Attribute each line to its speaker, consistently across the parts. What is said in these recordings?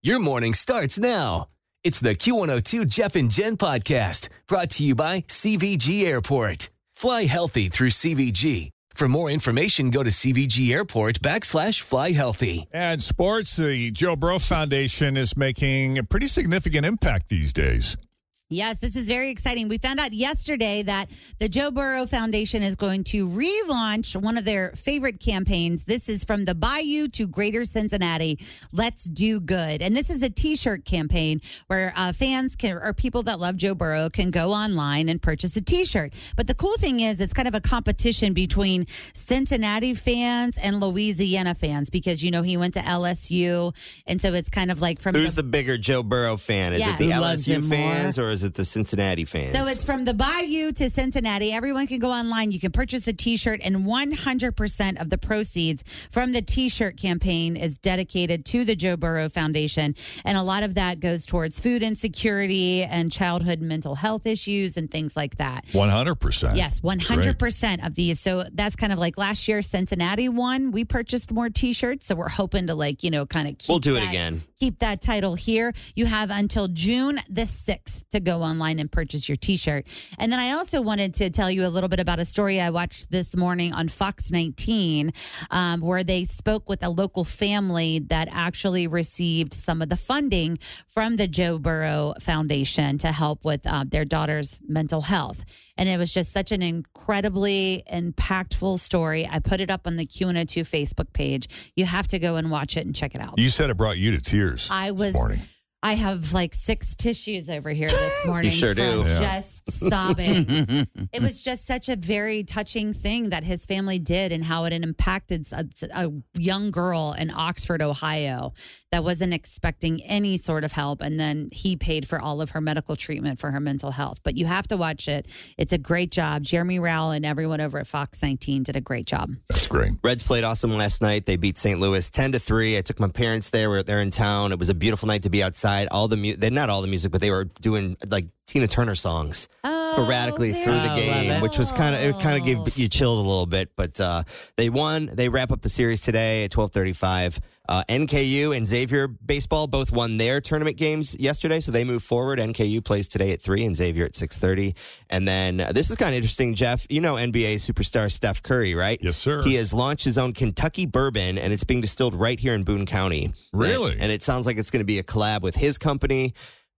Speaker 1: Your morning starts now. It's the Q102 Jeff and Jen podcast brought to you by CVG Airport. Fly healthy through CVG. For more information, go to CVG Airport backslash fly healthy.
Speaker 2: And sports, the Joe Bro Foundation is making a pretty significant impact these days.
Speaker 3: Yes, this is very exciting. We found out yesterday that the Joe Burrow Foundation is going to relaunch one of their favorite campaigns. This is from the Bayou to Greater Cincinnati. Let's do good. And this is a t shirt campaign where uh, fans can, or people that love Joe Burrow can go online and purchase a t shirt. But the cool thing is, it's kind of a competition between Cincinnati fans and Louisiana fans because, you know, he went to LSU. And so it's kind of like from
Speaker 4: Who's the bigger Joe Burrow fan? Is
Speaker 3: Yeah.
Speaker 4: it the
Speaker 3: Who loves
Speaker 4: LSU
Speaker 3: him
Speaker 4: fans or is it the Cincinnati fans?
Speaker 3: So it's from the Bayou to Cincinnati. Everyone can go online. You can purchase a T-shirt, and 100% of the proceeds from the T-shirt campaign is dedicated to the Joe Burrow Foundation, and a lot of that goes towards food insecurity and childhood mental health issues and things like that.
Speaker 2: 100%.
Speaker 3: Yes, 100% of these. So that's kind of like last year Cincinnati won. We purchased more t-shirts, so we're hoping to like, you know, kind of keep
Speaker 4: We'll do it
Speaker 3: that-
Speaker 4: again.
Speaker 3: Keep that title here. You have until June the 6th to go online and purchase your t-shirt. And then I also wanted to tell you a little bit about a story I watched this morning on Fox 19 um, where they spoke with a local family that actually received some of the funding from the Joe Burrow Foundation to help with uh, their daughter's mental health. And it was just such an incredibly impactful story. I put it up on the Q&A2 Facebook page. You have to go and watch it and check it out.
Speaker 2: You said it brought you to tears.
Speaker 3: I
Speaker 2: this
Speaker 3: was-
Speaker 2: morning.
Speaker 3: I have like six tissues over here this morning.
Speaker 4: sure
Speaker 3: from
Speaker 4: do.
Speaker 2: Yeah.
Speaker 3: Just sobbing. it was just such a very touching thing that his family did and how it had impacted a, a young girl in Oxford, Ohio, that wasn't expecting any sort of help. And then he paid for all of her medical treatment for her mental health. But you have to watch it. It's a great job. Jeremy Rowell and everyone over at Fox 19 did a great job.
Speaker 2: That's great.
Speaker 4: Reds played awesome last night. They beat St. Louis 10 to 3. I took my parents there. We were there in town. It was a beautiful night to be outside. All the music, not all the music, but they were doing like Tina Turner songs sporadically
Speaker 3: very
Speaker 4: through the
Speaker 3: cool.
Speaker 4: game, which was kind of, it kind of gave you chills a little bit. But uh, they won. They wrap up the series today at 1235. Uh, NKU and Xavier baseball both won their tournament games yesterday, so they move forward. NKU plays today at three, and Xavier at six thirty. And then uh, this is kind of interesting, Jeff. You know NBA superstar Steph Curry, right?
Speaker 2: Yes, sir.
Speaker 4: He has launched his own Kentucky bourbon, and it's being distilled right here in Boone County.
Speaker 2: Really?
Speaker 4: And, and it sounds like it's going to be a collab with his company,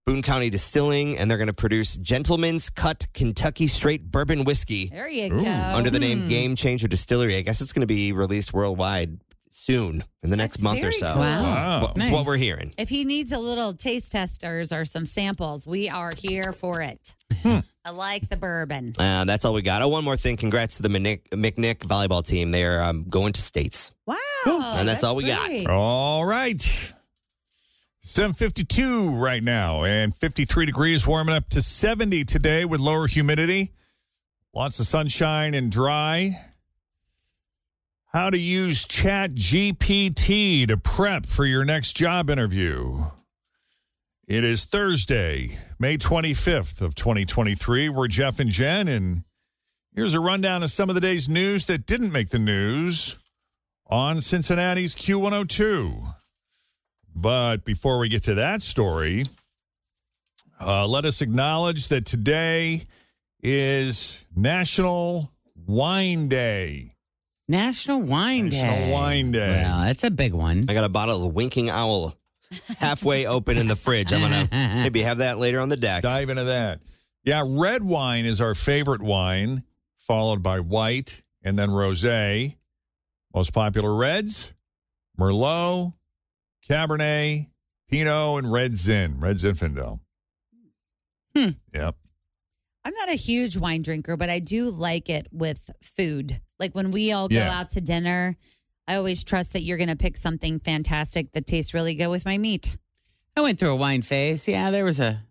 Speaker 4: Boone County Distilling, and they're going to produce Gentleman's Cut Kentucky Straight Bourbon Whiskey
Speaker 3: There you
Speaker 2: Ooh.
Speaker 3: go.
Speaker 4: under the
Speaker 3: Mm.
Speaker 4: name Game Changer Distillery. I guess it's going to be released worldwide soon in the next
Speaker 3: That's
Speaker 4: month or
Speaker 3: very
Speaker 4: so.
Speaker 3: cool.
Speaker 2: Wow.
Speaker 4: Well, That's what we're hearing.
Speaker 3: If he needs a little taste testers or some samples, we are here for it.
Speaker 4: Hmm.
Speaker 3: I like the bourbon.
Speaker 4: Uh, that's all we got. Oh, one more thing. Congrats to the McNick, McNick volleyball team. They're um, going to states.
Speaker 3: Wow.
Speaker 4: And that's all we got.
Speaker 3: Oh, great.
Speaker 2: All right. 752 right now and 53 degrees warming up to 70 today with lower humidity. Lots of sunshine and dry. How to use Chat GPT to prep for your next job interview. It is Thursday, May 25th of 2023. We're Jeff and Jen and here's a rundown of some of the day's news that didn't make the news on Cincinnati's Q102. But before we get to that story, uh, let us acknowledge that today is National Wine Day.
Speaker 5: National Wine Day.
Speaker 2: National Wine Day.
Speaker 5: Well, that's a big one.
Speaker 4: I got a bottle of Winking Owl. halfway open in the fridge. I'm going to maybe have that later on the deck.
Speaker 2: Dive into that. Yeah, red wine is our favorite wine, followed by white and then rosé. Most popular reds: Merlot, Cabernet, Pinot, and Red Zin. Red Zinfandel.
Speaker 3: Hmm.
Speaker 2: Yep.
Speaker 3: I'm not a huge wine drinker, but I do like it with food. Like when we all go
Speaker 2: Yeah.
Speaker 3: out to dinner, I always trust that you're going to pick something fantastic that tastes really good with my meat.
Speaker 5: I went through a wine phase. Yeah, there was a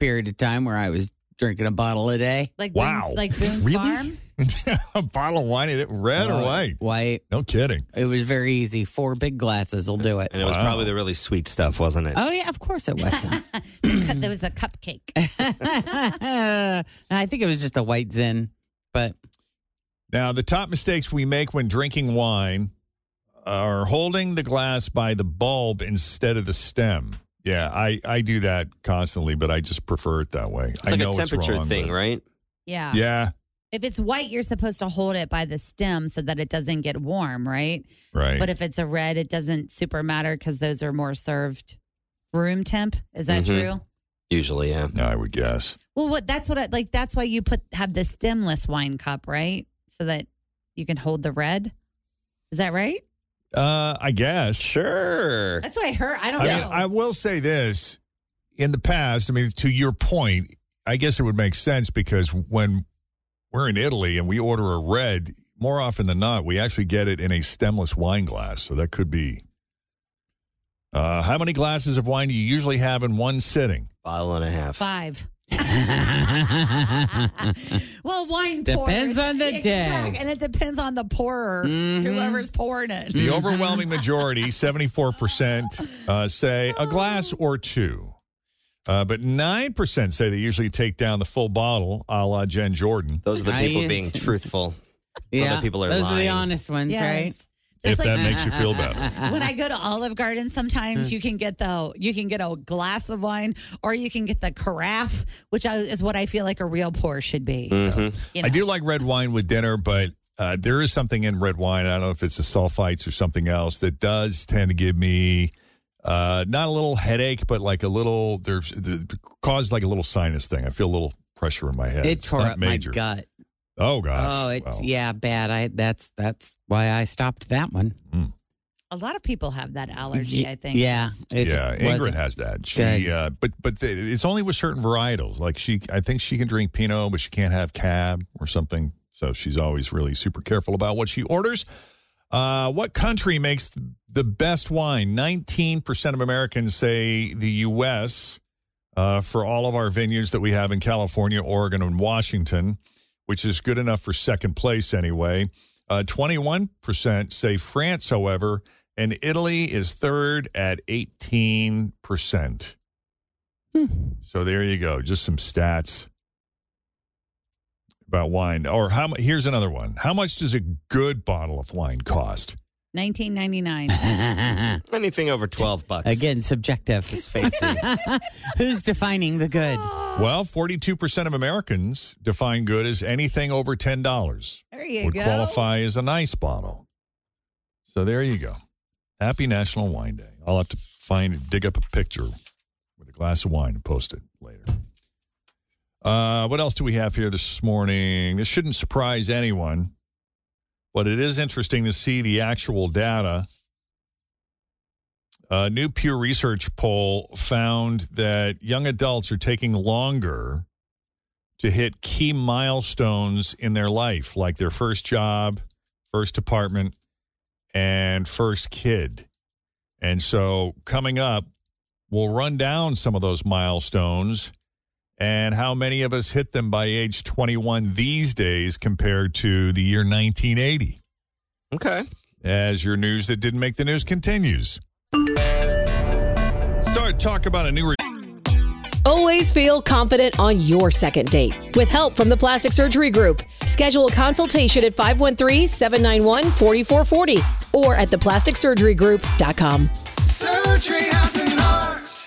Speaker 5: period of time where I was drinking a bottle a day.
Speaker 3: Like
Speaker 2: Wow.
Speaker 3: Boone's, like Boone's
Speaker 2: Really?
Speaker 3: Farm.
Speaker 2: A bottle of wine, is it red or
Speaker 5: Uh,
Speaker 2: white?
Speaker 5: White.
Speaker 2: No kidding.
Speaker 5: It was very easy. Four big glasses will do it.
Speaker 4: And it was
Speaker 2: Wow.
Speaker 4: probably the really sweet stuff, wasn't it?
Speaker 5: Oh yeah, of course it was.
Speaker 3: That was a cupcake.
Speaker 5: And I think it was just a white zin, but
Speaker 2: Now, the top mistakes we make when drinking wine are holding the glass by the bulb instead of the stem. Yeah, I, I do that constantly, but I just prefer it that way.
Speaker 4: It's
Speaker 2: I
Speaker 4: like
Speaker 2: know
Speaker 4: a temperature
Speaker 2: it's wrong,
Speaker 4: thing,
Speaker 2: but-
Speaker 4: right?
Speaker 3: Yeah.
Speaker 2: Yeah,
Speaker 3: If it's white, you're supposed to hold it by the stem so that it doesn't get warm, right?
Speaker 2: right.
Speaker 3: But if it's a red, it doesn't super matter because those are more served room temp. Is that
Speaker 4: Mhm.
Speaker 2: Mm-hmm.
Speaker 3: true?
Speaker 4: Usually, yeah.
Speaker 2: I would guess.
Speaker 3: Well, what that's what I like. That's why you put have the stemless wine cup, right? So that you can hold the red. Is that right?
Speaker 2: Uh, I guess.
Speaker 4: Sure.
Speaker 3: That's what I heard. I don't
Speaker 2: I
Speaker 3: know.
Speaker 2: mean, I will say this: in the past, I mean, to your point, I guess it would make sense because when we're in Italy and we order a red, more often than not, we actually get it in a stemless wine glass. So that could be. Uh, how many glasses of wine do you usually have in one sitting?
Speaker 4: Bottle and a half.
Speaker 3: Five.
Speaker 5: I
Speaker 3: well, wine
Speaker 5: Depends
Speaker 3: poured.
Speaker 5: on the
Speaker 3: Exact-
Speaker 5: day.
Speaker 3: and it depends on the pourer,
Speaker 5: Mhm.
Speaker 3: whoever's pouring it.
Speaker 2: The overwhelming majority, 74%, uh, say a glass or two. Uh, but 9% say they usually take down the full bottle, a la Jen Jordan.
Speaker 4: Those are the
Speaker 5: I-
Speaker 4: people being truthful.
Speaker 5: yeah,
Speaker 4: people are
Speaker 5: those are the
Speaker 4: lying.
Speaker 5: honest ones, right?
Speaker 3: Yes.
Speaker 2: if
Speaker 3: There's like- uh-huh.
Speaker 2: that makes you feel better.
Speaker 3: when I go to Olive Garden,
Speaker 2: Hmm.
Speaker 3: sometimes you can get the you can get a glass of wine, or you can get the carafe, which I, is what I feel like a real pour should be. You know?
Speaker 2: Hmm. I do like red wine with dinner, but uh, there is something in red wine. I don't know if it's the sulfites or something else that does tend to give me uh, not a little headache, but like a little there's the, cause like a little sinus thing. I feel a little pressure in my head.
Speaker 5: It tore
Speaker 2: not
Speaker 5: up
Speaker 2: major.
Speaker 5: my gut.
Speaker 2: Oh gosh.
Speaker 5: Oh, it's
Speaker 2: Well,
Speaker 5: yeah, bad. I that's that's why I stopped that one.
Speaker 3: A lot of people have that allergy. I think.
Speaker 5: Yeah,
Speaker 2: yeah,
Speaker 5: it just
Speaker 2: Ingrid
Speaker 5: wasn't-
Speaker 2: has that.
Speaker 5: good.
Speaker 2: She, uh, but but th- it's only with certain varietals. Like she, I think she can drink Pinot, but she can't have Cab or something. So she's always really super careful about what she orders. Uh, what country makes th- the best wine? Nineteen percent of Americans say the U.S. Uh, for all of our vineyards that we have in California, Oregon, and Washington, which is good enough for second place anyway. Uh, 21% say France, however, and Italy is third at 18%. So there you go. Just some stats about wine. Or how mu- here's another one. How much does a good bottle of wine cost?
Speaker 3: 1999.
Speaker 4: Anything over 12 bucks.
Speaker 5: Again, subjective.
Speaker 4: It's fancy.
Speaker 5: Who's defining the good?
Speaker 3: Oh,
Speaker 2: Well, 42% of Americans define good as anything over $10
Speaker 3: There you
Speaker 2: would
Speaker 3: go.
Speaker 2: qualify as a nice bottle. So there you go. Happy National Wine Day. I'll have to find dig up a picture with a glass of wine and post it later. Uh, what else do we have here this morning? This shouldn't surprise anyone, but it is interesting to see the actual data. A new Pew Research poll found that young adults are taking longer to hit key milestones in their life, like their first job, first apartment, and first kid. And so, coming up, we'll run down some of those milestones and how many of us hit them by age 21 these days compared to the year 1980.
Speaker 4: okay.
Speaker 2: As your news that didn't make the news continues, start talking about a new. Re-
Speaker 6: Always feel confident on your second date. With help from the Plastic Surgery Group, schedule a consultation at 513 791 4440 or at theplasticsurgerygroup.com.
Speaker 7: Surgery has an art.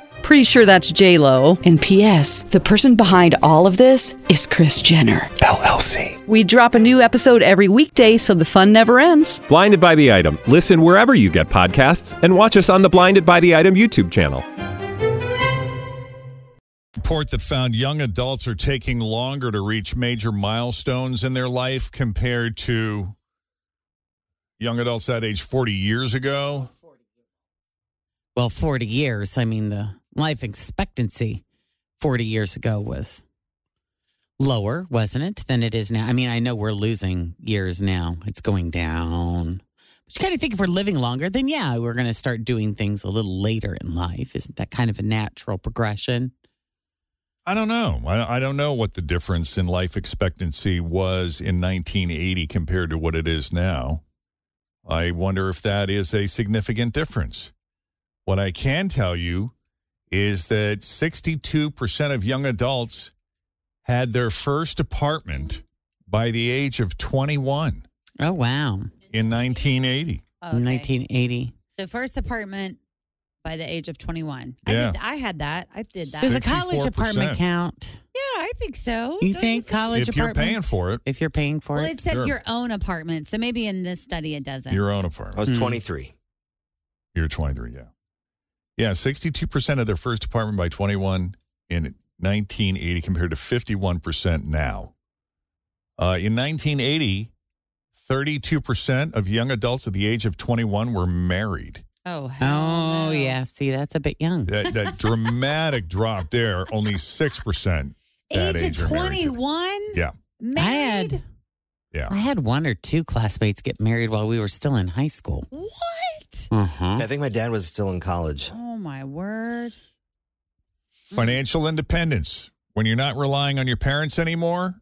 Speaker 8: Pretty sure that's J Lo.
Speaker 9: And P.S. The person behind all of this is Chris Jenner
Speaker 7: LLC.
Speaker 8: We drop a new episode every weekday, so the fun never ends.
Speaker 7: Blinded by the item. Listen wherever you get podcasts, and watch us on the Blinded by the Item YouTube channel.
Speaker 2: Report that found young adults are taking longer to reach major milestones in their life compared to young adults that age 40 years ago.
Speaker 5: Well, 40 years. I mean, the life expectancy 40 years ago was lower, wasn't it, than it is now? I mean, I know we're losing years now, it's going down. But you kind of think if we're living longer, then yeah, we're going to start doing things a little later in life. Isn't that kind of a natural progression?
Speaker 2: I don't know. I, I don't know what the difference in life expectancy was in 1980 compared to what it is now. I wonder if that is a significant difference. What I can tell you is that 62% of young adults had their first apartment by the age of 21
Speaker 5: Oh, wow.
Speaker 2: in 1980.
Speaker 3: Okay.
Speaker 5: 1980.
Speaker 3: So first apartment by the age of 21.
Speaker 2: Yeah.
Speaker 3: I, did, I had that. I did that.
Speaker 5: Does a college
Speaker 2: 64%.
Speaker 5: apartment count?
Speaker 3: yeah, I think so.
Speaker 5: You
Speaker 3: Don't
Speaker 5: think college
Speaker 2: if you're paying
Speaker 5: apartments?
Speaker 2: for it,
Speaker 5: If you're paying for
Speaker 3: Well,
Speaker 5: it.
Speaker 3: it said
Speaker 2: Sure.
Speaker 3: your own apartment, so maybe in this study it doesn't.
Speaker 2: your own
Speaker 4: I
Speaker 2: apartment.
Speaker 4: was
Speaker 5: Hmm.
Speaker 4: 23.
Speaker 2: You're 23, yeah. Yeah, 62% of their first apartment by 21 in 1980 compared to 51% now. Uh, in 1980, 32% of young adults at the age of 21 were married.
Speaker 3: Oh, hell
Speaker 5: Oh,
Speaker 3: no.
Speaker 5: yeah. See, that's a bit young.
Speaker 2: That, that dramatic drop there, only 6%. that
Speaker 3: Age of
Speaker 2: are married.
Speaker 3: 21?
Speaker 2: Yeah,
Speaker 5: I
Speaker 3: Married?
Speaker 5: had I
Speaker 2: yeah.
Speaker 5: had one or two classmates get married while we were still in high school.
Speaker 3: What?
Speaker 5: Uh huh.
Speaker 4: I think my dad was still in college.
Speaker 3: Oh, my word.
Speaker 2: Mm-hmm. Financial independence. When you're not relying on your parents anymore,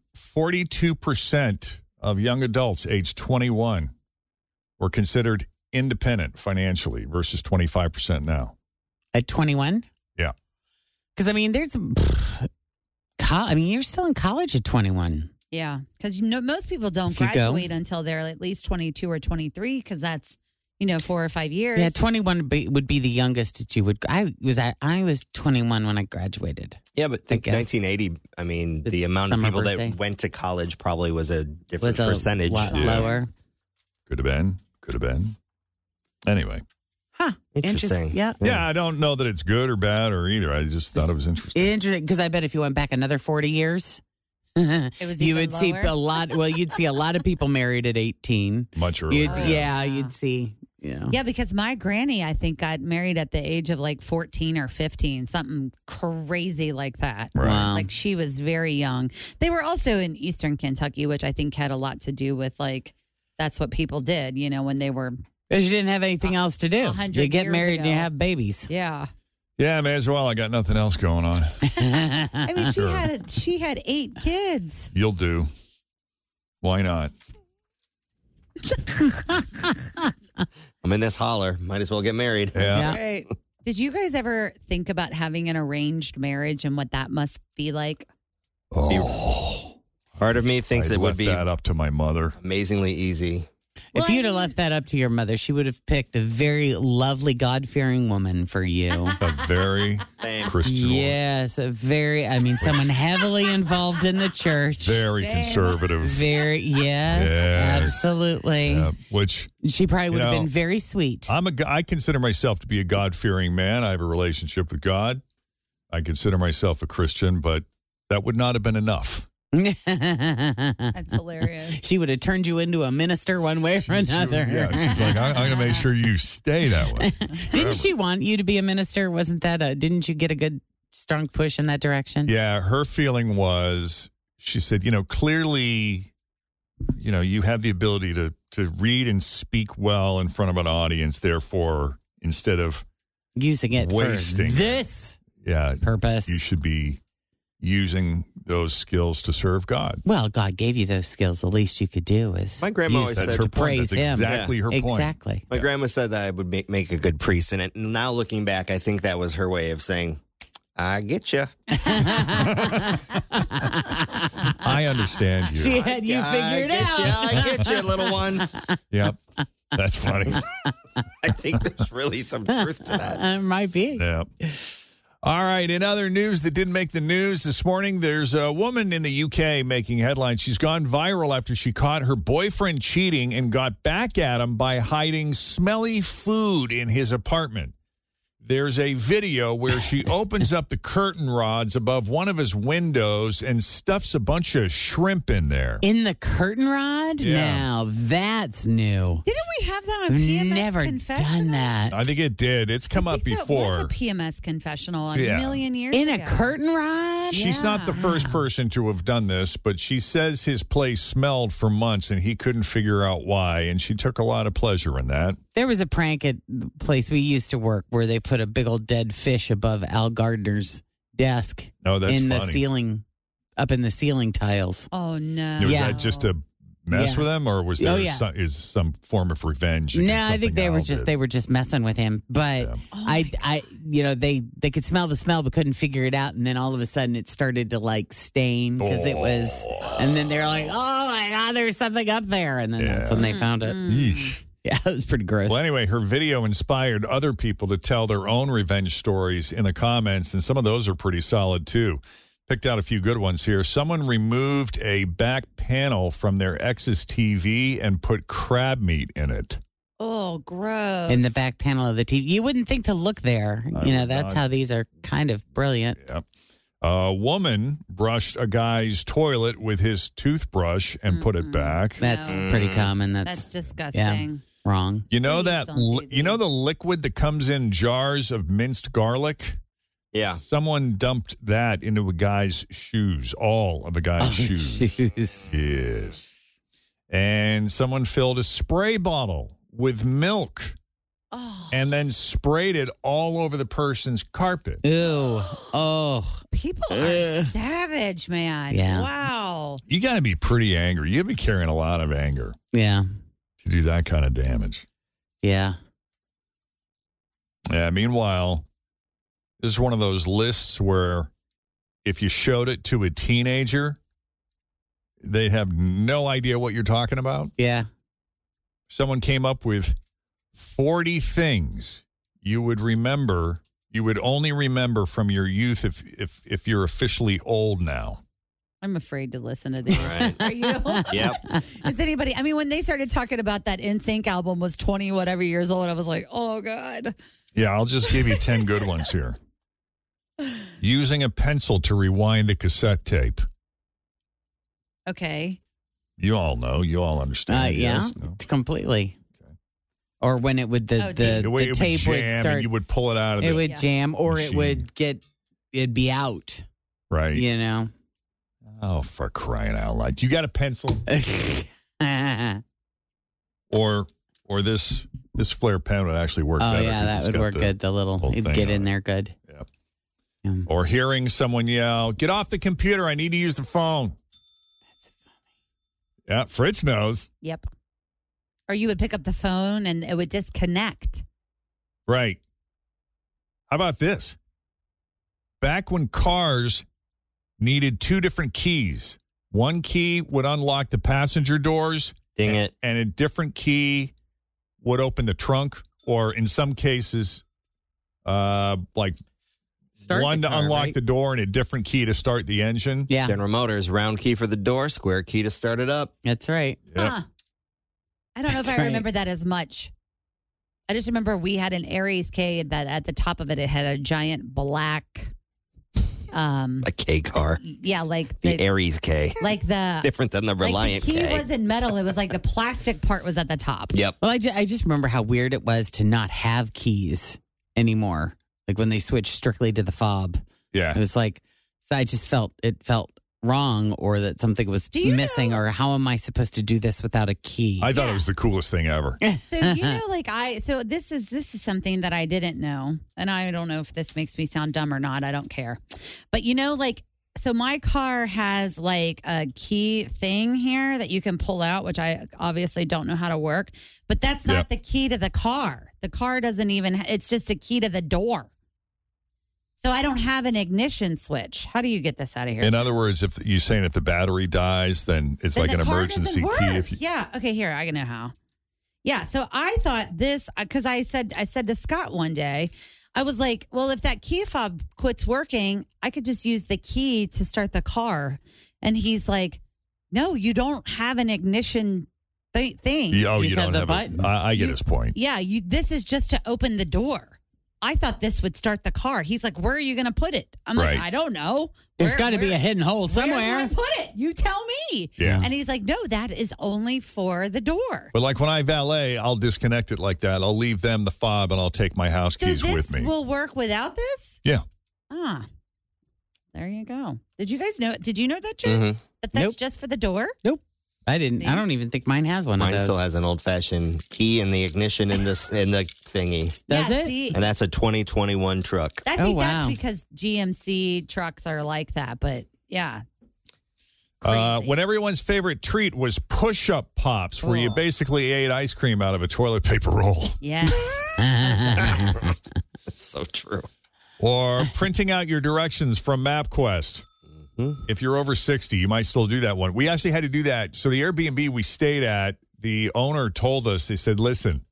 Speaker 2: 42% of young adults age 21 were considered independent financially versus 25% now.
Speaker 5: At 21?
Speaker 2: Yeah.
Speaker 5: Because, I mean, there's. pff, col- I mean, you're still in college at 21.
Speaker 3: Yeah, because you know, most people don't
Speaker 5: If you go.
Speaker 3: graduate until they're at least 22 or 23 because that's, you know, four or five years.
Speaker 5: Yeah, 21 would be, would be the youngest that you would. I was at, I was 21 when I graduated.
Speaker 4: Yeah, but think
Speaker 5: guess.
Speaker 4: 1980. I mean,
Speaker 5: The
Speaker 4: the amount of
Speaker 5: summer
Speaker 4: people
Speaker 5: birthday.
Speaker 4: that went to college probably was a different
Speaker 5: was a
Speaker 4: percentage.
Speaker 5: lot
Speaker 2: Yeah.
Speaker 5: lower.
Speaker 2: Could have been, could have been. Anyway,
Speaker 5: Huh.
Speaker 4: Interesting.
Speaker 5: Yeah.
Speaker 2: yeah, I don't know that it's good or bad or either. I just thought it was interesting.
Speaker 5: Interesting. Because I bet if you went back another 40 years,
Speaker 3: was
Speaker 5: you
Speaker 3: even
Speaker 5: would see
Speaker 3: lower?
Speaker 5: a lot. Well, you'd see a lot of people married at 18.
Speaker 2: Much earlier.
Speaker 3: Oh,
Speaker 5: You'd, yeah, you'd see. Yeah.
Speaker 3: Yeah, because my granny, I think, got married at the age of like 14 or 15, something crazy like that.
Speaker 2: Right.
Speaker 5: Wow.
Speaker 3: Like she was very young. They were also in Eastern Kentucky, which I think had a lot to do with like, that's what people did, you know, when they were,
Speaker 5: Because you didn't have anything else to do.
Speaker 3: a hundred
Speaker 5: You get
Speaker 3: years
Speaker 5: married and you
Speaker 3: ago.
Speaker 5: have babies.
Speaker 3: yeah.
Speaker 2: Yeah, may as well. I got nothing else going on.
Speaker 3: I mean, she had she had eight kids.
Speaker 2: You'll do. Why not?
Speaker 4: I'm in this holler. Might as well get married.
Speaker 2: Yeah.
Speaker 3: Right. Did you guys ever think about having an arranged marriage and what that must be like?
Speaker 4: Part of me thinks
Speaker 2: I
Speaker 4: it
Speaker 2: Oh, left
Speaker 4: would be
Speaker 2: that up to my mother.
Speaker 4: amazingly easy.
Speaker 5: If
Speaker 3: Well, I
Speaker 5: you'd have
Speaker 3: mean-
Speaker 5: left that up to your mother, she would have picked a very lovely, God fearing woman for you.
Speaker 2: A very
Speaker 4: Same.
Speaker 2: Christian, woman.
Speaker 5: yes, a very, I mean, someone heavily involved in the church.
Speaker 2: very conservative.
Speaker 5: Very, yes,
Speaker 2: Yes.
Speaker 5: absolutely.
Speaker 2: Yeah, which
Speaker 5: She probably would have
Speaker 2: know,
Speaker 5: been very sweet.
Speaker 2: I'm a, g- I consider myself to be a God fearing man. I have a relationship with God. I consider myself a Christian, but that would not have been enough.
Speaker 3: That's hilarious.
Speaker 5: she would have turned you into a minister one way or another.
Speaker 2: Yeah, she's like, I, I'm going to make sure you stay that way.
Speaker 5: didn't she want you to be a minister? Wasn't that a, didn't you get a good, strong push in that direction?
Speaker 2: Yeah, her feeling was she said, you know, clearly, you know, you have the ability to to read and speak well in front of an audience. Therefore, instead of
Speaker 5: Using it
Speaker 2: Wasting.
Speaker 5: for this
Speaker 2: yeah,
Speaker 5: purpose.
Speaker 2: you should be using those skills to serve God.
Speaker 5: Well, God gave you those skills. The least you could do is
Speaker 4: My grandma
Speaker 5: use
Speaker 4: always
Speaker 5: them
Speaker 4: said
Speaker 5: to praise him.
Speaker 4: Yeah.
Speaker 5: Exactly.
Speaker 4: My grandma said that I would make, make a good priest, and it, now looking back, I think that was her way of saying, "I get you."
Speaker 2: I understand you.
Speaker 5: She had you figured out.
Speaker 4: I get you, little one.
Speaker 2: Yep. That's funny.
Speaker 4: I think there's really some truth to that.
Speaker 5: It might be.
Speaker 2: Yeah. All right. In other news that didn't make the news this morning, there's a woman in the UK making headlines. She's gone viral after she caught her boyfriend cheating and got back at him by hiding smelly food in his apartment. There's a video where she opens up the curtain rods above one of his windows and stuffs a bunch of shrimp in there.
Speaker 5: In the curtain rod?
Speaker 2: Yeah.
Speaker 5: Now that's new.
Speaker 3: Didn't we have that on
Speaker 5: I've
Speaker 3: PMS
Speaker 5: never
Speaker 3: confessional?
Speaker 5: done that.
Speaker 2: I think it did. It's come up
Speaker 3: think that was
Speaker 2: before.
Speaker 3: a PMS confessional a
Speaker 2: Yeah.
Speaker 3: million years
Speaker 5: in a
Speaker 3: ago.
Speaker 5: curtain rod?
Speaker 2: She's not the first person to have done this, but she says his place smelled for months and he couldn't figure out why. And she took a lot of pleasure in that.
Speaker 5: There was a prank at the place we used to work where they put a big old dead fish above Al Gardner's desk
Speaker 2: Oh, that's
Speaker 5: in
Speaker 2: funny.
Speaker 5: the ceiling, up in the ceiling tiles.
Speaker 3: Oh no!
Speaker 2: Was
Speaker 5: Yeah.
Speaker 2: that just to mess
Speaker 5: Yeah.
Speaker 2: with him, or was
Speaker 5: Oh,
Speaker 2: there
Speaker 5: yeah.
Speaker 2: some, is some form of revenge?
Speaker 5: No,
Speaker 2: against
Speaker 5: I think
Speaker 2: something
Speaker 5: they were
Speaker 2: Al
Speaker 5: just
Speaker 2: did?
Speaker 5: they were just messing with him, but
Speaker 2: Yeah.
Speaker 5: I I you know they they could smell the smell but couldn't figure it out, and then all of a sudden it started to like stain because it was, and then they're like, oh my god, there's something up there, and then that's
Speaker 2: Yeah.
Speaker 5: when they found it.
Speaker 2: Mm-hmm. Yeesh.
Speaker 5: Yeah, it was pretty gross.
Speaker 2: Well, anyway, her video inspired other people to tell their own revenge stories in the comments, and some of those are pretty solid too. Picked out a few good ones here. Someone removed a back panel from their ex's TV and put crab meat in it.
Speaker 3: Oh, gross!
Speaker 5: In the back panel of the TV, you wouldn't think to look there.
Speaker 2: I
Speaker 5: you know,
Speaker 2: would
Speaker 5: that's
Speaker 2: not.
Speaker 5: how these are kind of brilliant.
Speaker 2: A woman brushed a guy's toilet with his toothbrush and put it back.
Speaker 5: That's
Speaker 3: No.
Speaker 5: pretty common. That's,
Speaker 3: That's disgusting.
Speaker 5: wrong.
Speaker 2: You know
Speaker 3: Please
Speaker 2: that
Speaker 3: don't do
Speaker 2: li- you know the liquid that comes in jars of minced garlic?
Speaker 4: Yeah.
Speaker 2: Someone dumped that into a guy's shoes, all of a guy's
Speaker 5: Oh,
Speaker 2: shoes.
Speaker 5: shoes.
Speaker 2: Yes. And someone filled a spray bottle with milk
Speaker 3: Oh,
Speaker 2: and then sprayed it all over the person's carpet.
Speaker 5: Ew. Oh.
Speaker 3: people are
Speaker 5: Ugh.
Speaker 3: savage, man.
Speaker 5: Yeah.
Speaker 3: Wow.
Speaker 2: You got to be pretty angry. You'd be carrying a lot of anger
Speaker 5: Yeah.
Speaker 2: to do that kind of damage.
Speaker 5: Yeah.
Speaker 2: Yeah. Meanwhile, this is one of those lists where if you showed it to a teenager, they have no idea what you're talking about.
Speaker 5: Yeah.
Speaker 2: Someone came up with 40 things you would remember, you would only remember from your youth if if if you're officially old now.
Speaker 3: I'm afraid to listen to these.
Speaker 4: Right.
Speaker 3: Are you?
Speaker 4: Yep.
Speaker 3: Is anybody? I mean, when they started talking about that NSYNC album was 20 whatever years old, I was like, oh god.
Speaker 2: Yeah, I'll just give you 10 good ones here. Using a pencil to rewind a cassette tape.
Speaker 3: Okay.
Speaker 2: You all know, you all
Speaker 5: Uh,
Speaker 2: understand.
Speaker 5: yeah.
Speaker 2: yes? No?
Speaker 5: Completely. Or when it would, the,
Speaker 3: Oh,
Speaker 5: the,
Speaker 3: dear.
Speaker 2: The way
Speaker 5: the
Speaker 2: it
Speaker 5: tape
Speaker 2: would
Speaker 5: would,
Speaker 2: jam
Speaker 5: start,
Speaker 2: and you would pull it out of
Speaker 5: it
Speaker 2: the
Speaker 5: would
Speaker 3: Yeah.
Speaker 5: jam or it
Speaker 2: machine.
Speaker 5: would get, it'd be out,
Speaker 2: right.
Speaker 5: you know?
Speaker 2: Oh, for crying out loud! You got a pencil
Speaker 5: oh,
Speaker 2: or or this this flare pen would actually work. better
Speaker 5: Oh, yeah.
Speaker 2: 'cause
Speaker 5: That
Speaker 2: it's
Speaker 5: would
Speaker 2: got
Speaker 5: work
Speaker 2: the-
Speaker 5: good. The little,
Speaker 2: whole
Speaker 5: it'd
Speaker 2: thing
Speaker 5: get
Speaker 2: on
Speaker 5: in
Speaker 2: it.
Speaker 5: there good.
Speaker 2: Yep.
Speaker 5: Yeah.
Speaker 2: Or hearing someone yell, "Get off the computer! I need to use the phone." Yeah, Fritz knows.
Speaker 3: Yep. Or you would pick up the phone and it would disconnect.
Speaker 2: Right. How about this? Back when cars needed two different keys, one key would unlock the passenger doors,
Speaker 4: Ding it.
Speaker 2: and a different key would open the trunk, or in some cases, uh, like
Speaker 5: Start the
Speaker 2: one to
Speaker 5: car,
Speaker 2: unlock
Speaker 5: right?
Speaker 2: the door and a different key to start the engine.
Speaker 5: Yeah.
Speaker 4: General Motors, round key for the door, square key to start it up.
Speaker 5: That's right.
Speaker 2: Yep.
Speaker 3: Huh. I don't know if
Speaker 5: That's
Speaker 3: I
Speaker 5: right.
Speaker 3: remember that as much. I just remember we had an Aries K that at the top of it it had a giant black um
Speaker 4: A K car.
Speaker 3: yeah, like
Speaker 4: The
Speaker 3: the,
Speaker 4: Aries K.
Speaker 3: like the
Speaker 4: Different than the
Speaker 3: like
Speaker 4: Reliant
Speaker 3: the key
Speaker 4: K.
Speaker 3: wasn't metal, it was like the plastic part was at the top.
Speaker 4: Yep.
Speaker 5: Well, I, ju- I just remember how weird it was to not have keys anymore. Like when they switched strictly to the fob,
Speaker 2: Yeah.
Speaker 5: it was like so I just felt it felt wrong, or that something was
Speaker 3: Do you
Speaker 5: missing,
Speaker 3: know-
Speaker 5: or how am I supposed to do this without a key?
Speaker 2: I thought it was the coolest thing ever.
Speaker 3: So you know, like I so this is this is something that I didn't know, and I don't know if this makes me sound dumb or not. I don't care, but you know, like So my car has like a key thing here that you can pull out, which I obviously don't know how to work, but that's not the key to the car. The car doesn't even, it's just a key to the door. So I don't have an ignition switch. How do you get this out of here?
Speaker 2: In other words, if you're saying if the battery dies, then it's
Speaker 3: Then
Speaker 2: like
Speaker 3: the
Speaker 2: an
Speaker 3: car
Speaker 2: emergency
Speaker 3: doesn't
Speaker 2: key.
Speaker 3: work.
Speaker 2: If you,
Speaker 3: yeah. Okay. Here, I know how. Yeah. So I thought this because I said I said to Scott one day, I was like, well, if that key fob quits working, I could just use the key to start the car, and he's like, no, you don't have an ignition th- thing.
Speaker 2: Yeah, oh, you, don't have, it. I, I get his point.
Speaker 3: Yeah. You. This is just to open the door. I thought this would start the car. He's like, where are you going to put it? I'm
Speaker 5: Right.
Speaker 3: like, I don't know.
Speaker 5: There's
Speaker 3: Where-
Speaker 5: got to be
Speaker 3: where-
Speaker 5: a hidden hole
Speaker 3: where
Speaker 5: somewhere.
Speaker 3: do I put it? You tell me.
Speaker 2: Yeah.
Speaker 3: And he's like, no, that is only for the door.
Speaker 2: But like when I valet, I'll disconnect it like that. I'll leave them the fob and I'll take my house
Speaker 3: So
Speaker 2: keys
Speaker 3: this
Speaker 2: with me.
Speaker 3: will work without this?
Speaker 2: yeah.
Speaker 3: Ah. There you go. Did you guys know Did you know that, Jim?
Speaker 4: Mhm.
Speaker 2: Mm-hmm.
Speaker 3: That that's
Speaker 5: Nope.
Speaker 3: just for the door?
Speaker 5: Nope. I didn't. I don't even think mine has one
Speaker 4: Mine
Speaker 5: of those.
Speaker 4: still has an old fashioned key in the ignition in this in the thingy.
Speaker 5: Does
Speaker 3: yeah,
Speaker 5: it?
Speaker 3: See,
Speaker 4: And that's a 2021 truck.
Speaker 3: I
Speaker 5: Oh,
Speaker 3: think
Speaker 5: wow.
Speaker 3: that's because GMC trucks are like that, but yeah.
Speaker 2: Uh, when everyone's favorite treat was push up pops, where you basically ate ice cream out of a toilet paper roll,
Speaker 3: Yes.
Speaker 4: That's so true.
Speaker 2: or printing out your directions from MapQuest.
Speaker 4: Mm-hmm.
Speaker 2: If you're over 60, you might still do that one. We actually had to do that. So, the Airbnb we stayed at, the owner told us, they said, listen,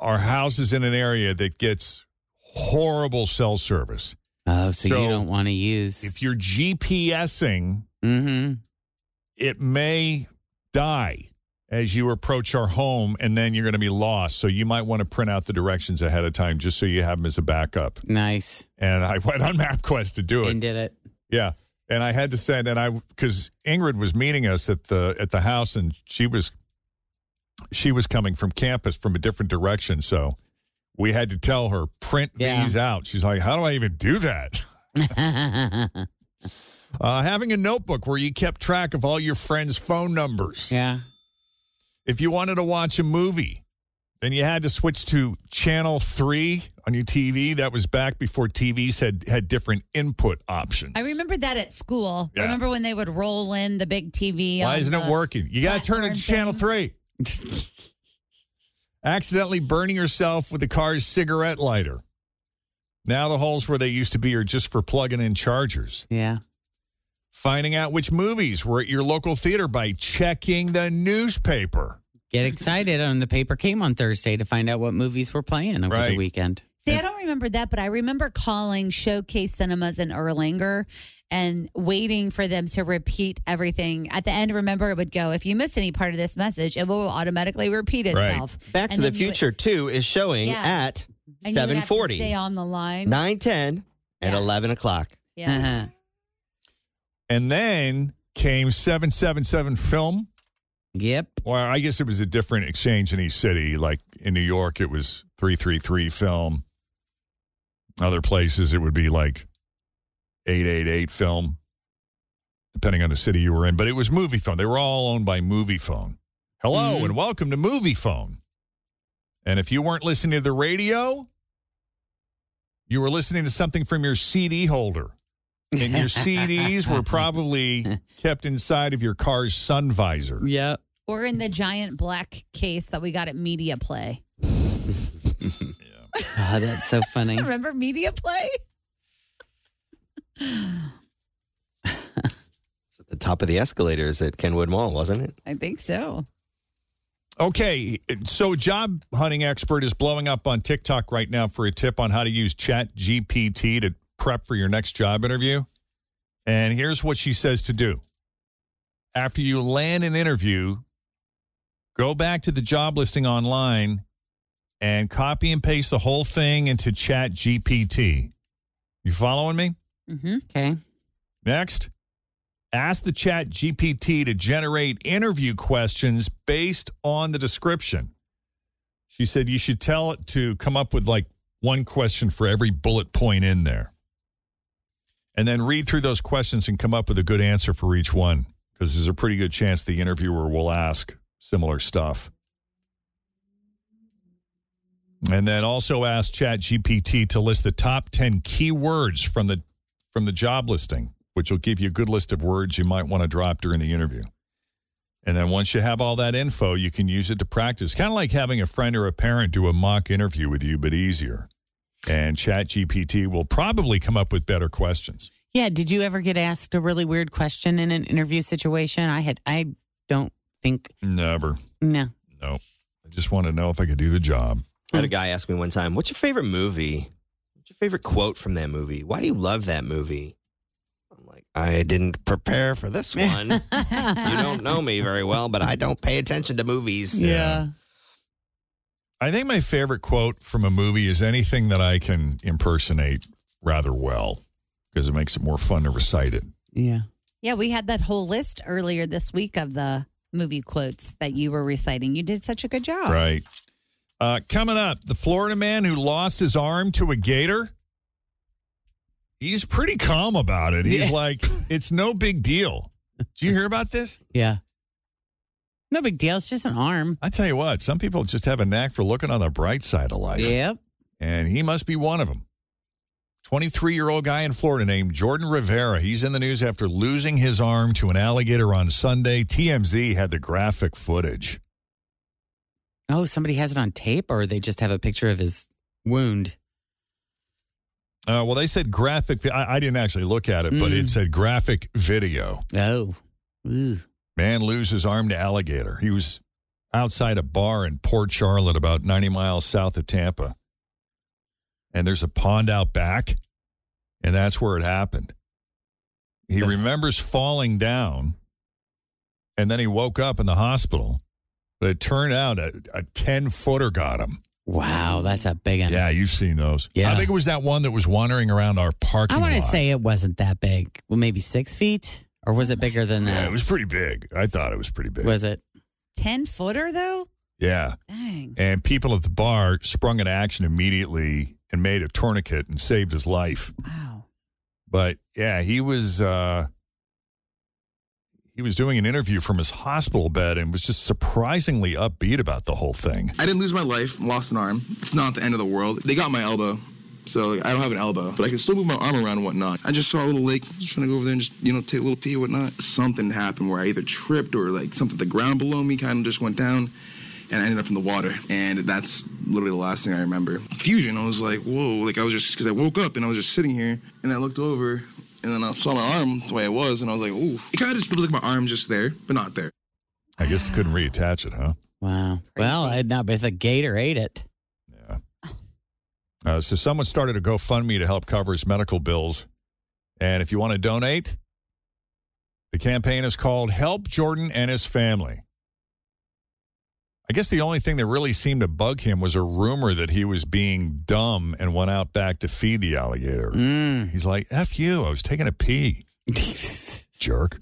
Speaker 2: our house is in an area that gets horrible cell service.
Speaker 5: Oh, so,
Speaker 2: So,
Speaker 5: you don't want to use.
Speaker 2: If you're GPSing,
Speaker 5: mm-hmm.
Speaker 2: it may die as you approach our home, and then you're going to be lost. So you might want to print out the directions ahead of time just so you have them as a backup.
Speaker 5: Nice.
Speaker 2: And I went on MapQuest to do it.
Speaker 5: And did it.
Speaker 2: Yeah. And I had to send, and I because Ingrid was meeting us at the at the house, and she was she was coming from campus from a different direction, so we had to tell her print
Speaker 5: Yeah.
Speaker 2: these out. She's like, "How do I even do that?" Uh, having a notebook where you kept track of all your friends' phone numbers.
Speaker 5: yeah.
Speaker 2: If you wanted to watch a movie, then you had to switch to channel three on your TV. That was back before TVs had had different input options.
Speaker 3: I remember that at school.
Speaker 2: Yeah.
Speaker 3: Remember when they would roll in the big TV?
Speaker 2: Why
Speaker 3: on
Speaker 2: isn't it
Speaker 3: the-
Speaker 2: working? You got to turn it
Speaker 3: platform
Speaker 2: to channel
Speaker 3: thing?
Speaker 2: three. Accidentally burning yourself with the car's cigarette lighter. Now the holes where they used to be are just for plugging in chargers.
Speaker 5: Yeah.
Speaker 2: Finding out which movies were at your local theater by checking the newspaper.
Speaker 5: Get excited on the paper came on Thursday to find out what movies were playing over
Speaker 2: Right.
Speaker 5: the weekend.
Speaker 3: See, I don't remember that, but I remember calling Showcase Cinemas in Erlanger and waiting for them to repeat everything. At the end, remember, it would go, if you miss any part of this message, it will automatically repeat
Speaker 2: Right.
Speaker 3: itself.
Speaker 4: Back to
Speaker 3: And
Speaker 4: the
Speaker 3: then you would-
Speaker 4: Future 2 is showing
Speaker 3: Yeah.
Speaker 4: at
Speaker 3: and you would have to
Speaker 4: 740,
Speaker 3: Stay on the line.
Speaker 4: 910, and
Speaker 3: Yes.
Speaker 4: 11 o'clock.
Speaker 3: Yeah.
Speaker 2: And then came 777 Film.
Speaker 5: Yep.
Speaker 2: Well, I guess it was a different exchange in each city. Like in New York, it was 333 film. Other places, it would be like 888 film, depending on the city you were in. But it was movie phone. They were all owned by movie phone. Hello
Speaker 5: Mhm.
Speaker 2: and welcome to movie phone. And if you weren't listening to the radio, you were listening to something from your CD holder. And your CDs were probably kept inside of your car's sun visor.
Speaker 5: Yep.
Speaker 3: Or in the giant black case that we got at Media Play.
Speaker 5: Oh, that's so funny.
Speaker 3: Remember Media Play?
Speaker 4: It's at the top of the escalators at Kenwood Mall, wasn't it?
Speaker 3: I think so.
Speaker 2: Okay, so job hunting expert is blowing up on TikTok right now for a tip on how to use Chat GPT to prep for your next job interview. And here's what she says to do. After you land an interview, go back to the job listing online and copy and paste the whole thing into Chat GPT. You following me?
Speaker 3: Mm-hmm.
Speaker 5: Okay.
Speaker 2: Next, ask the chat GPT to generate interview questions based on the description. She said you should tell it to come up with like one question for every bullet point in there. And then read through those questions and come up with a good answer for each one because there's a pretty good chance the interviewer will ask similar stuff. And then also ask ChatGPT to list the top 10 keywords from the from the job listing, which will give you a good list of words you might want to drop during the interview. And then once you have all that info, you can use it to practice. Kind of like having a friend or a parent do a mock interview with you, but easier. And ChatGPT will probably come up with better questions.
Speaker 5: Yeah. Did you ever get asked a really weird question in an interview situation? I had. I don't think.
Speaker 2: Never.
Speaker 5: No.
Speaker 2: No. I just want to know if I could do the job.
Speaker 4: I had a guy ask me one time, "What's your favorite movie? What's your favorite quote from that movie? Why do you love that movie?" I'm like, "I didn't prepare for this one. you don't know me very well, but I don't pay attention to movies."
Speaker 2: I think my favorite quote from a movie is anything that I can impersonate rather well because it makes it more fun to recite it.
Speaker 5: Yeah.
Speaker 3: Yeah, we had that whole list earlier this week of the movie quotes that you were reciting. You did such a good job.
Speaker 2: Right. Uh, coming up, the Florida man who lost his arm to a gator. He's pretty calm about it. He's
Speaker 5: Yeah.
Speaker 2: like, it's no big deal. Do you hear about this?
Speaker 5: Yeah. No big deal. It's just an arm.
Speaker 2: I tell you what, some people just have a knack for looking on the bright side of life.
Speaker 5: Yep.
Speaker 2: and he must be one of them. 23 year old guy in Florida named Jordan Rivera. He's in the news after losing his arm to an alligator on Sunday. TMZ had the graphic footage.
Speaker 5: Oh, somebody has it on tape, or they just have a picture of his wound.
Speaker 2: Uh, well, they said graphic. vi- I, I didn't actually look at it, but it
Speaker 5: Mm.
Speaker 2: said graphic video.
Speaker 5: Oh. Ooh.
Speaker 2: Man loses arm to alligator. He was outside a bar in Port Charlotte, about 90 miles south of Tampa. And there's a pond out back, and that's where it happened. He remembers falling down, and then he woke up in the hospital. But it turned out a, a 10 footer got him.
Speaker 5: Wow, that's a big one.
Speaker 2: Yeah, you've seen those.
Speaker 5: Yeah.
Speaker 2: I think it was that one that was wandering around our parking
Speaker 5: I
Speaker 2: lot.
Speaker 5: want to say it wasn't that big. Well, maybe six feet, or was it bigger than
Speaker 2: Yeah,
Speaker 5: that?
Speaker 2: it was pretty big. I thought it was pretty big.
Speaker 5: Was it?
Speaker 3: 10 footer, though?
Speaker 2: Yeah.
Speaker 3: Dang.
Speaker 2: And people at the bar sprung into action immediately and made a tourniquet and saved his life.
Speaker 3: Wow.
Speaker 2: But yeah, he was uh he was doing an interview from his hospital bed and was just surprisingly upbeat about the whole thing.
Speaker 10: I didn't lose my life, lost an arm. It's not the end of the world. They got my elbow. So like, I don't have an elbow, but I can still move my arm around and whatnot. I just saw a little lake, just trying to go over there and just, you know, take a little pee and whatnot. Something happened where I either tripped or like something, the ground below me kind of just went down and I ended up in the water. And that's literally the last thing I remember. Confusion, I was like, whoa, like I was just, because I woke up and I was just sitting here and I looked over and then I saw my arm the way it was and I was like, ooh. It kind of just feels like my arm's just there, but not there.
Speaker 2: I guess they couldn't reattach it, huh?
Speaker 5: Wow. Well, I, no, but if a gator ate it.
Speaker 2: Uh, so someone started a GoFundMe to help cover his medical bills. And if you want to donate, the campaign is called Help Jordan and His Family. I guess the only thing that really seemed to bug him was a rumor that he was being dumb and went out back to feed the alligator.
Speaker 5: Mm.
Speaker 2: He's like, F you, I was taking a pee, jerk.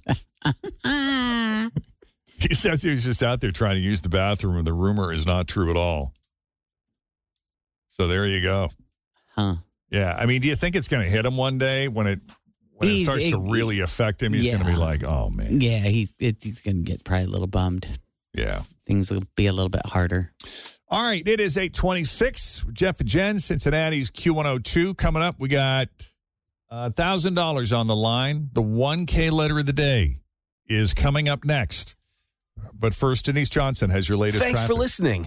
Speaker 5: Ah.
Speaker 2: He says he was just out there trying to use the bathroom, and the rumor is not true at all. So there you go.
Speaker 5: Huh.
Speaker 2: Yeah, I mean, do you think it's going to hit him one day when it when it
Speaker 5: He's-
Speaker 2: starts to
Speaker 5: it-
Speaker 2: really affect him? He's going to be
Speaker 5: Yeah.
Speaker 2: like, "Oh man,
Speaker 5: Yeah, he's it's, he's gonna get probably a little bummed.
Speaker 2: yeah."
Speaker 5: Things will be a little bit harder.
Speaker 2: All right, it is eight twenty six. Jeff and Jen, Cincinnati's Q one hundred two coming up. We got uh, thousand dollars on the line. The one K letter of the day is coming up next. But first, Denise Johnson has your latest.
Speaker 1: Thanks for
Speaker 2: traffic.
Speaker 1: listening